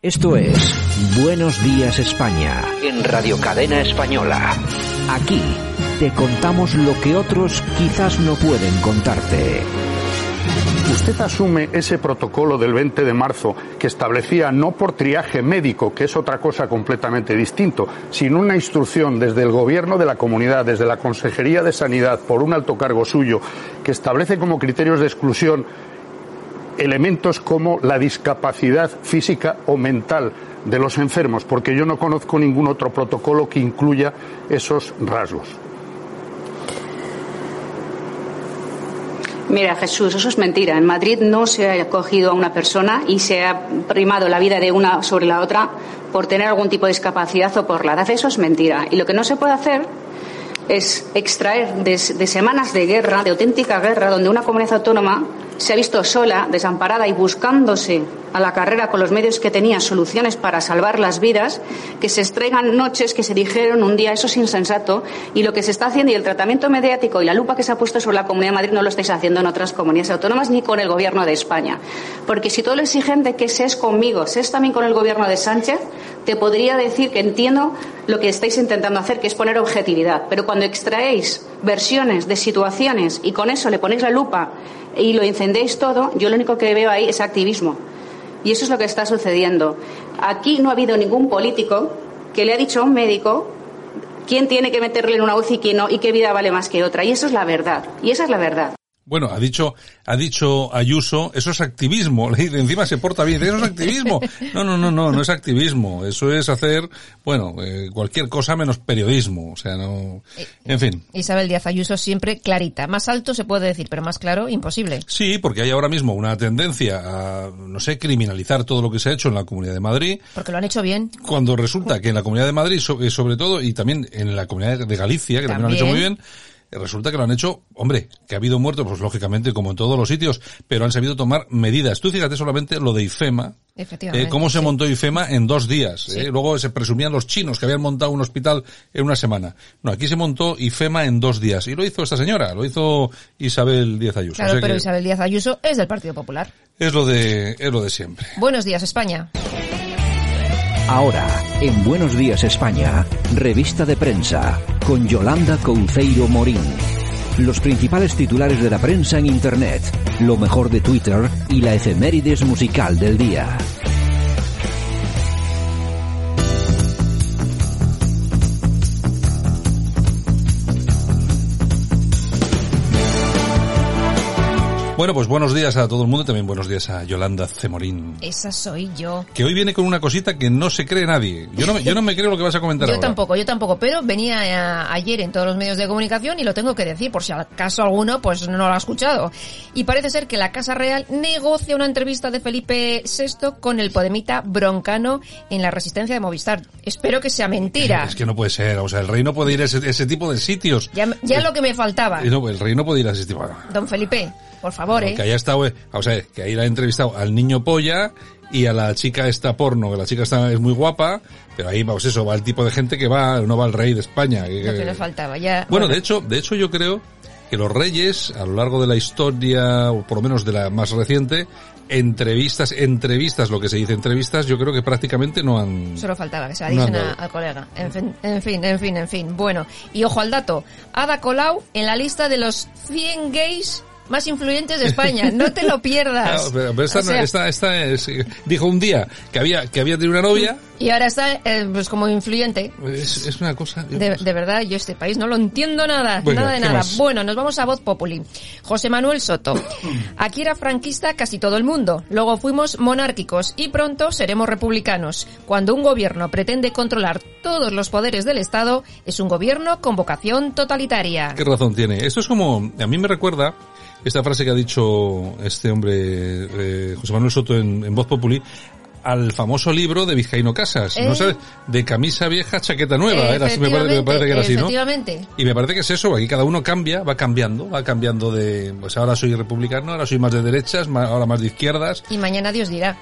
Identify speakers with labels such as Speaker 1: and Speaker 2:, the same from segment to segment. Speaker 1: Esto es Buenos Días España en Radio Cadena Española. Aquí te contamos lo que otros quizás no pueden contarte.
Speaker 2: Usted asume ese protocolo del 20 de marzo que establecía no por triaje médico, que es otra cosa completamente distinto, sino una instrucción desde el gobierno de la comunidad, desde la Consejería de Sanidad, por un alto cargo suyo, que establece como criterios de exclusión elementos como la discapacidad física o mental de los enfermos, porque yo no conozco ningún otro protocolo que incluya esos rasgos.
Speaker 3: Mira, Jesús, eso es mentira. En Madrid no se ha cogido a una persona y se ha primado la vida de una sobre la otra por tener algún tipo de discapacidad o por la edad. Eso es mentira. Y lo que no se puede hacer es extraer de, de semanas de guerra, de auténtica guerra, donde una comunidad autónoma se ha visto sola, desamparada y buscándose a la carrera con los medios que tenía soluciones para salvar las vidas, que se extraigan noches que se dijeron un día, eso es insensato, y lo que se está haciendo y el tratamiento mediático y la lupa que se ha puesto sobre la Comunidad de Madrid no lo estáis haciendo en otras comunidades autónomas ni con el Gobierno de España. Porque si todo lo exigente que se es conmigo, se es también con el Gobierno de Sánchez, te podría decir que entiendo lo que estáis intentando hacer, que es poner objetividad. Pero cuando extraéis versiones de situaciones y con eso le ponéis la lupa y lo encendéis todo, yo lo único que veo ahí es activismo. Y eso es lo que está sucediendo. Aquí no ha habido ningún político que le ha dicho a un médico quién tiene que meterle en una UCI y quién no, y qué vida vale más que otra. Y eso es la verdad. Y esa es la verdad.
Speaker 4: Bueno, ha dicho, ha dicho Ayuso, eso es activismo. Le dice, encima se porta bien, dice, eso es activismo. No, no, no, no, no es activismo. Eso es hacer, bueno, eh, cualquier cosa menos periodismo. O sea, no, en fin.
Speaker 5: Isabel Díaz Ayuso siempre clarita. Más alto se puede decir, pero más claro, imposible.
Speaker 4: Sí, porque hay ahora mismo una tendencia a, no sé, criminalizar todo lo que se ha hecho en la Comunidad de Madrid.
Speaker 5: Porque lo han hecho bien.
Speaker 4: Cuando resulta que en la Comunidad de Madrid, sobre, sobre todo, y también en la Comunidad de Galicia, que también lo han hecho muy bien, eh, resulta que lo han hecho, hombre, que ha habido muertos, pues lógicamente, como en todos los sitios, pero han sabido tomar medidas. Tú fíjate solamente lo de IFEMA, eh, cómo se sí. montó IFEMA en dos días. Sí. Eh? Luego se presumían los chinos que habían montado un hospital en una semana. No, aquí se montó IFEMA en dos días. Y lo hizo esta señora, lo hizo Isabel Díaz Ayuso.
Speaker 5: Claro, o sea pero Isabel Díaz Ayuso es del Partido Popular.
Speaker 4: Es lo de, es lo de siempre.
Speaker 5: Buenos días, España.
Speaker 1: Ahora, en Buenos Días España, revista de prensa, con Yolanda Couceiro Morín. Los principales titulares de la prensa en Internet, lo mejor de Twitter y la efemérides musical del día.
Speaker 4: Bueno, pues buenos días a todo el mundo y también buenos días a Yolanda Cemorín.
Speaker 5: Esa soy yo.
Speaker 4: Que hoy viene con una cosita que no se cree nadie. Yo no me, yo no me creo lo que vas a comentar
Speaker 5: yo
Speaker 4: ahora.
Speaker 5: tampoco, yo tampoco, pero venía a, ayer en todos los medios de comunicación y lo tengo que decir, por si acaso alguno pues no lo ha escuchado. Y parece ser que la Casa Real negocia una entrevista de Felipe VI con el podemita Broncano en la resistencia de Movistar. Espero que sea mentira.
Speaker 4: Es que no puede ser, o sea, el rey no puede ir a ese, ese tipo de sitios. eh,
Speaker 5: Ya, ya lo que me faltaba.
Speaker 4: No, el rey no puede ir a ese tipo.
Speaker 5: Don Felipe. Por favor,
Speaker 4: no,
Speaker 5: ¿eh?
Speaker 4: Que haya estado, o sea, que ahí la ha entrevistado al niño polla y a la chica esta porno, que la chica está, es muy guapa, pero ahí, vamos, pues eso, va el tipo de gente que va, no va el rey de España.
Speaker 5: Que, Lo que le faltaba, ya.
Speaker 4: Bueno, bueno, de hecho, de hecho yo creo que los reyes, a lo largo de la historia, o por lo menos de la más reciente, entrevistas, entrevistas, lo que se dice entrevistas, yo creo que prácticamente no han...
Speaker 5: Solo faltaba que se la dicen no a, al colega. En fin, en fin, en fin, en fin. Bueno, y ojo al dato. Ada Colau en la lista de los 100 gays más influyentes de España. No te lo pierdas.
Speaker 4: Claro, pero, pero esta, o sea, esta, esta es, dijo un día que había, que había tenido una novia.
Speaker 5: Y ahora está, eh, pues como influyente.
Speaker 4: Es, es una cosa.
Speaker 5: De, de, verdad, yo este país no lo entiendo nada, bueno, nada de nada. Más? Bueno, nos vamos a Voz Populi. José Manuel Soto. Aquí era franquista casi todo el mundo. Luego fuimos monárquicos y pronto seremos republicanos. Cuando un gobierno pretende controlar todos los poderes del Estado, es un gobierno con vocación totalitaria.
Speaker 4: ¿Qué razón tiene? Esto es como, a mí me recuerda esta frase que ha dicho este hombre, eh, José Manuel Soto, en, en, Voz Populi, al famoso libro de Vizcaíno Casas, eh, ¿no sabes? De camisa vieja, chaqueta nueva, eh, era, me, parece, me, parece, que era así, ¿no? Y me parece que es eso, aquí cada uno cambia, va cambiando, va cambiando de, pues ahora soy republicano, ahora soy más de derechas, más, ahora más de izquierdas.
Speaker 5: Y mañana Dios dirá.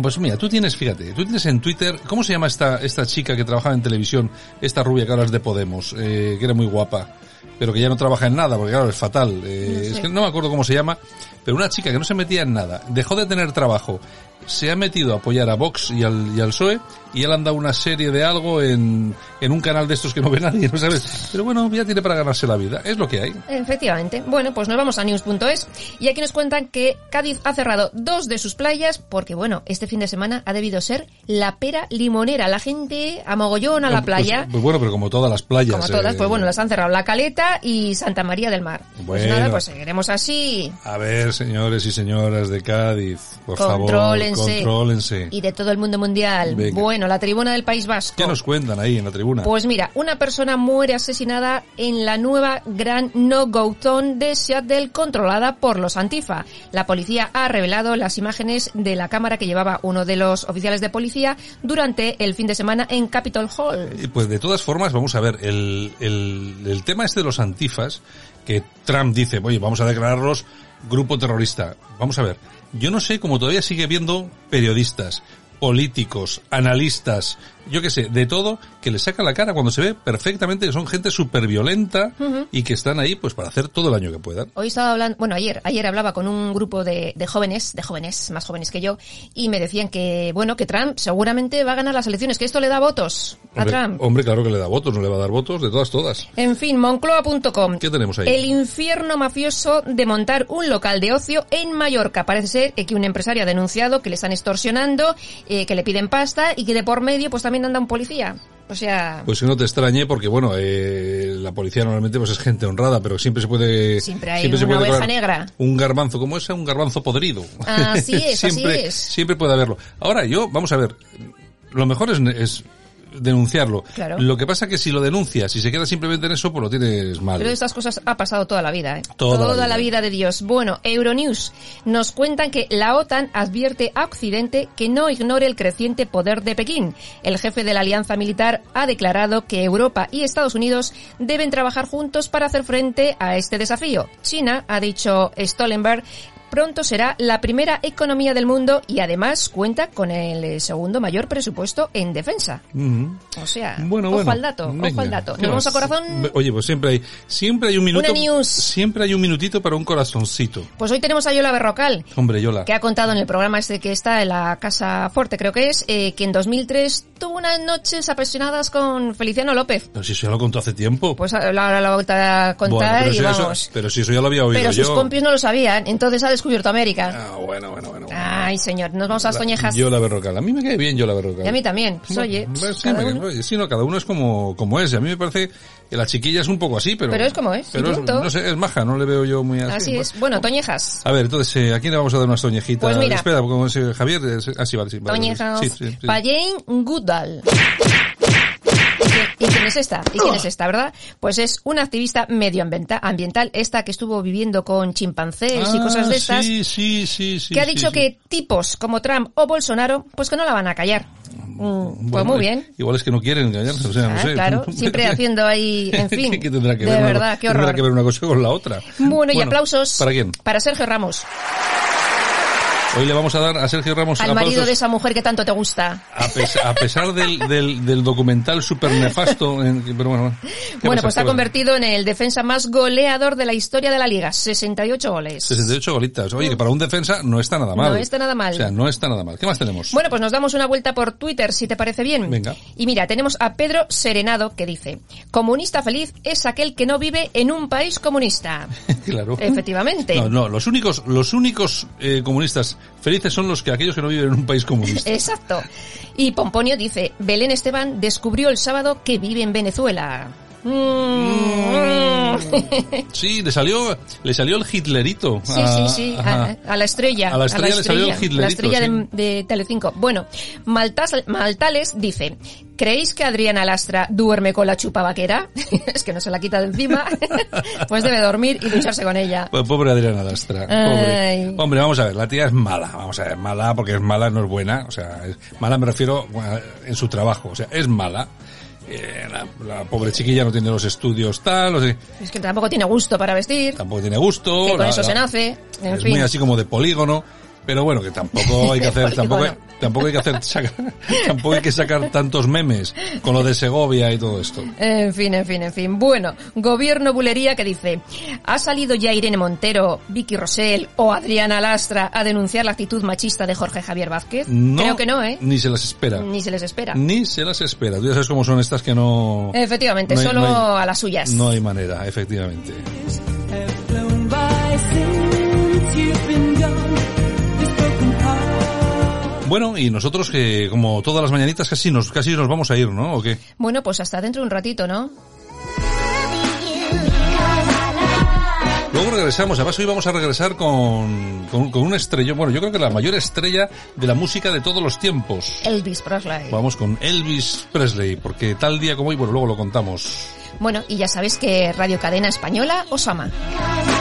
Speaker 4: Pues mira, tú tienes, fíjate, tú tienes en Twitter, ¿cómo se llama esta, esta chica que trabajaba en televisión, esta rubia que ahora es de Podemos, eh, que era muy guapa? pero que ya no trabaja en nada, porque claro, es fatal. Eh, no sé. Es que no me acuerdo cómo se llama, pero una chica que no se metía en nada, dejó de tener trabajo, se ha metido a apoyar a Vox y al, y al PSOE E, y él han dado una serie de algo en, en un canal de estos que no ve nadie, ¿no sabes? Pero bueno, ya tiene para ganarse la vida, es lo que hay.
Speaker 5: Efectivamente. Bueno, pues nos vamos a news.es y aquí nos cuentan que Cádiz ha cerrado dos de sus playas porque, bueno, este fin de semana ha debido ser la pera limonera. La gente a mogollón a la
Speaker 4: Pues-
Speaker 5: playa.
Speaker 4: Pues, bueno, pero como todas las playas.
Speaker 5: Como todas,
Speaker 4: eh,
Speaker 5: pues bueno, las han cerrado La Caleta y Santa María del Mar. Pues
Speaker 4: Bueno.
Speaker 5: nada, pues seguiremos así.
Speaker 4: A ver, señores y señoras de Cádiz, por
Speaker 5: Contrólense.
Speaker 4: favor, contrólense.
Speaker 5: Y de todo el mundo mundial.
Speaker 4: Venga.
Speaker 5: Bueno, la tribuna del País Vasco.
Speaker 4: ¿Qué nos cuentan ahí en la tribuna?
Speaker 5: Pues mira, una persona muere asesinada en la nueva Gran No Go Zone de Seattle controlada por los Antifa. La policía ha revelado las imágenes de la cámara que llevaba uno de los oficiales de policía durante el fin de semana en Capitol Hall.
Speaker 4: Eh, Pues de todas formas, vamos a ver, el, el, el tema este de los antifas, que Trump dice, oye, vamos a declararlos grupo terrorista. Vamos a ver, yo no sé cómo todavía sigue viendo periodistas, políticos, analistas, yo qué sé, de todo, que le saca la cara cuando se ve perfectamente que son gente súper violenta y que están ahí pues para hacer todo el daño que puedan.
Speaker 5: Hoy estaba hablando, bueno, ayer, ayer hablaba con un grupo de, de jóvenes, de jóvenes, más jóvenes que yo, y me decían que, bueno, que Trump seguramente va a ganar las elecciones, que esto le da votos a
Speaker 4: Hombre,
Speaker 5: Trump.
Speaker 4: hombre, claro que le da votos, no le va a dar votos, de todas, todas.
Speaker 5: En fin, moncloa.com.
Speaker 4: ¿Qué tenemos ahí?
Speaker 5: El infierno mafioso de montar un local de ocio en Mallorca. Parece ser que un empresario ha denunciado que le están extorsionando, eh, que le piden pasta y que de por medio pues también anda un policía. O sea,
Speaker 4: Pues que no te extrañe porque, bueno, eh, la policía normalmente pues es gente honrada, pero siempre se puede...
Speaker 5: Siempre hay
Speaker 4: se
Speaker 5: una
Speaker 4: puede
Speaker 5: oveja
Speaker 4: colar
Speaker 5: negra. Ah,
Speaker 4: Un garbanzo como ese, un garbanzo podrido.
Speaker 5: Así es, así
Speaker 4: siempre,
Speaker 5: es.
Speaker 4: Siempre puede haberlo. Ahora, yo, vamos a ver, lo mejor es... es denunciarlo.
Speaker 5: Claro.
Speaker 4: Lo que pasa que si lo denuncias y se queda simplemente en eso, pues lo tienes mal.
Speaker 5: Pero estas cosas ha pasado toda la vida, ¿eh?
Speaker 4: Toda la vida.
Speaker 5: la vida de Dios. Bueno, Euronews nos cuentan que la OTAN advierte a Occidente que no ignore el creciente poder de Pekín. El jefe de la alianza militar ha declarado que Europa y Estados Unidos deben trabajar juntos para hacer frente a este desafío. China, ha dicho Stoltenberg, pronto será la primera economía del mundo y además cuenta con el eh, segundo mayor presupuesto en defensa.
Speaker 4: Ujú.
Speaker 5: O sea,
Speaker 4: Bueno,
Speaker 5: ojo
Speaker 4: bueno.
Speaker 5: al dato, ojo
Speaker 4: Venga.
Speaker 5: al dato.
Speaker 4: ¿Qué
Speaker 5: Nos vamos a
Speaker 4: más?
Speaker 5: corazón.
Speaker 4: Oye, pues siempre hay, siempre hay un minuto.
Speaker 5: Una news.
Speaker 4: Siempre hay un minutito para un corazoncito.
Speaker 5: Pues hoy tenemos a Yola Berrocal,
Speaker 4: Hombre, Yola.
Speaker 5: que ha contado en el programa este que está en la Casa Forte, creo que es, eh, que en 2003 tuvo unas noches apasionadas con Feliciano López.
Speaker 4: Pero si eso ya lo contó hace tiempo.
Speaker 5: Pues ahora la voy a contar
Speaker 4: Bueno, pero,
Speaker 5: y
Speaker 4: si
Speaker 5: vamos.
Speaker 4: eso, pero si eso ya lo había oído
Speaker 5: pero
Speaker 4: yo.
Speaker 5: sus compis no lo sabían, entonces ha descubierto América.
Speaker 4: Ah, bueno, bueno, bueno. bueno.
Speaker 5: Ay, señor, nos vamos a las Toñejas.
Speaker 4: Yo la berrocal. A mí me cae bien yo la berrocal.
Speaker 5: Y a mí también, pues, oye,
Speaker 4: Bueno,
Speaker 5: pff,
Speaker 4: sí,
Speaker 5: cada
Speaker 4: me-
Speaker 5: uno.
Speaker 4: oye, sí, no, cada uno es como, como es. Y a mí me parece que la chiquilla es un poco así, pero...
Speaker 5: Pero es como es,
Speaker 4: Pero
Speaker 5: y punto.
Speaker 4: no sé, es maja, no le veo yo muy así.
Speaker 5: Así es.
Speaker 4: Bueno,
Speaker 5: Bueno, Toñejas.
Speaker 4: A ver, entonces, eh, ¿a quién le vamos a dar unas toñejitas?
Speaker 5: Pues mira.
Speaker 4: Espera, ¿cómo es, eh, Javier? Eh, sí, Ah, sí, vale, sí. vale,
Speaker 5: Toñejas.
Speaker 4: sí, sí, sí.
Speaker 5: Pa' Jane Goodall. ¿Y qué- ¿Y quién es esta? ¿Y quién es esta, verdad? Pues es una activista medioambiental, ambiental, esta que estuvo viviendo con chimpancés y
Speaker 4: Ah,
Speaker 5: cosas de estas,
Speaker 4: Sí, sí, sí, sí.
Speaker 5: que ha
Speaker 4: sí,
Speaker 5: dicho
Speaker 4: sí.
Speaker 5: que tipos como Trump o Bolsonaro, pues que no la van a callar. Mm, pues
Speaker 4: Bueno,
Speaker 5: muy bien.
Speaker 4: Igual es que no quieren engañarse, o sea, no
Speaker 5: Ah,
Speaker 4: sé.
Speaker 5: claro, siempre haciendo ahí, en fin,
Speaker 4: ¿Qué tendrá que
Speaker 5: de
Speaker 4: ver una-
Speaker 5: verdad, qué horror.
Speaker 4: Tendrá que ver una cosa con la otra.
Speaker 5: Bueno, y aplausos.
Speaker 4: ¿Para quién?
Speaker 5: Para Sergio Ramos,
Speaker 4: Hoy le vamos a dar a Sergio Ramos
Speaker 5: al
Speaker 4: aplausos.
Speaker 5: marido de esa mujer que tanto te gusta.
Speaker 4: A, pes- a pesar del, del, del documental super nefasto, en- pero bueno. ¿qué pasa?
Speaker 5: Bueno, pues se
Speaker 4: ¿Qué
Speaker 5: ha
Speaker 4: pasa?
Speaker 5: convertido en el defensa más goleador de la historia de la liga, 68 goles.
Speaker 4: 68 golitas. Oye, que para un defensa no está nada mal.
Speaker 5: No está nada mal.
Speaker 4: O sea, no está nada mal. ¿Qué más tenemos?
Speaker 5: Bueno, pues nos damos una vuelta por Twitter, si te parece bien.
Speaker 4: Venga.
Speaker 5: Y mira, tenemos a Pedro Serenado que dice, comunista feliz es aquel que no vive en un país comunista.
Speaker 4: claro.
Speaker 5: Efectivamente.
Speaker 4: No, no, los únicos, los únicos eh, comunistas felices son los que aquellos que no viven en un país comunista.
Speaker 5: Exacto. Y Pomponio dice, Belén Esteban descubrió el sábado que vive en Venezuela. Mm.
Speaker 4: Mm. Sí, le salió, le salió el hitlerito.
Speaker 5: Sí,
Speaker 4: a-
Speaker 5: sí, sí, a, a la estrella.
Speaker 4: Ah, A la estrella le salió el
Speaker 5: estrella,
Speaker 4: Hitlerito,
Speaker 5: la estrella de,
Speaker 4: sí.
Speaker 5: de Telecinco. Bueno, Maltas- Maltales dice, ¿creéis que Adriana Lastra duerme con la chupa vaquera? es que no se la quita de encima. pues debe dormir y lucharse con ella.
Speaker 4: Po- Pues Pobre Adriana Lastra. pobre.
Speaker 5: Ay.
Speaker 4: Hombre, vamos a ver, la tía es mala, vamos a ver, mala porque es mala, no es buena, o sea, es- mala me refiero bueno, en su trabajo, o sea, es mala. Eh, la, la pobre chiquilla no tiene los estudios tal, o sea,
Speaker 5: Es que tampoco tiene gusto para vestir.
Speaker 4: tampoco tiene gusto.
Speaker 5: que con
Speaker 4: la-
Speaker 5: eso se
Speaker 4: la-
Speaker 5: nace. En
Speaker 4: es
Speaker 5: fin.
Speaker 4: muy así como de polígono, pero bueno, que tampoco hay que hacer, tampoco, hay-
Speaker 5: Polígono.
Speaker 4: tampoco hay que hacer sacar, tampoco hay que sacar tantos memes con lo de Segovia y todo esto.
Speaker 5: En fin, en fin, en fin. Bueno, gobierno bulería que dice, ha salido ya Irene Montero, Vicky Rosell o Adriana Lastra a denunciar la actitud machista de Jorge Javier Vázquez.
Speaker 4: No,
Speaker 5: Creo que no, ¿eh?
Speaker 4: Ni se las espera.
Speaker 5: Ni se les espera.
Speaker 4: Ni se las espera. Tú ya sabes cómo son estas que no...
Speaker 5: Efectivamente,
Speaker 4: no hay-
Speaker 5: solo
Speaker 4: no hay-
Speaker 5: a las suyas.
Speaker 4: No hay manera, efectivamente. Bueno, y nosotros que como todas las mañanitas casi nos casi nos vamos a ir, ¿no? ¿O qué?
Speaker 5: Bueno, pues hasta dentro de un ratito, ¿no?
Speaker 4: Luego regresamos, además hoy vamos a regresar con, con, con un estrellón, bueno, yo creo que la mayor estrella de la música de todos los tiempos.
Speaker 5: Elvis Presley.
Speaker 4: Vamos con Elvis Presley, porque tal día como hoy, bueno, luego lo contamos.
Speaker 5: Bueno, y ya sabéis que Radio Cadena Española os ama.
Speaker 6: Cause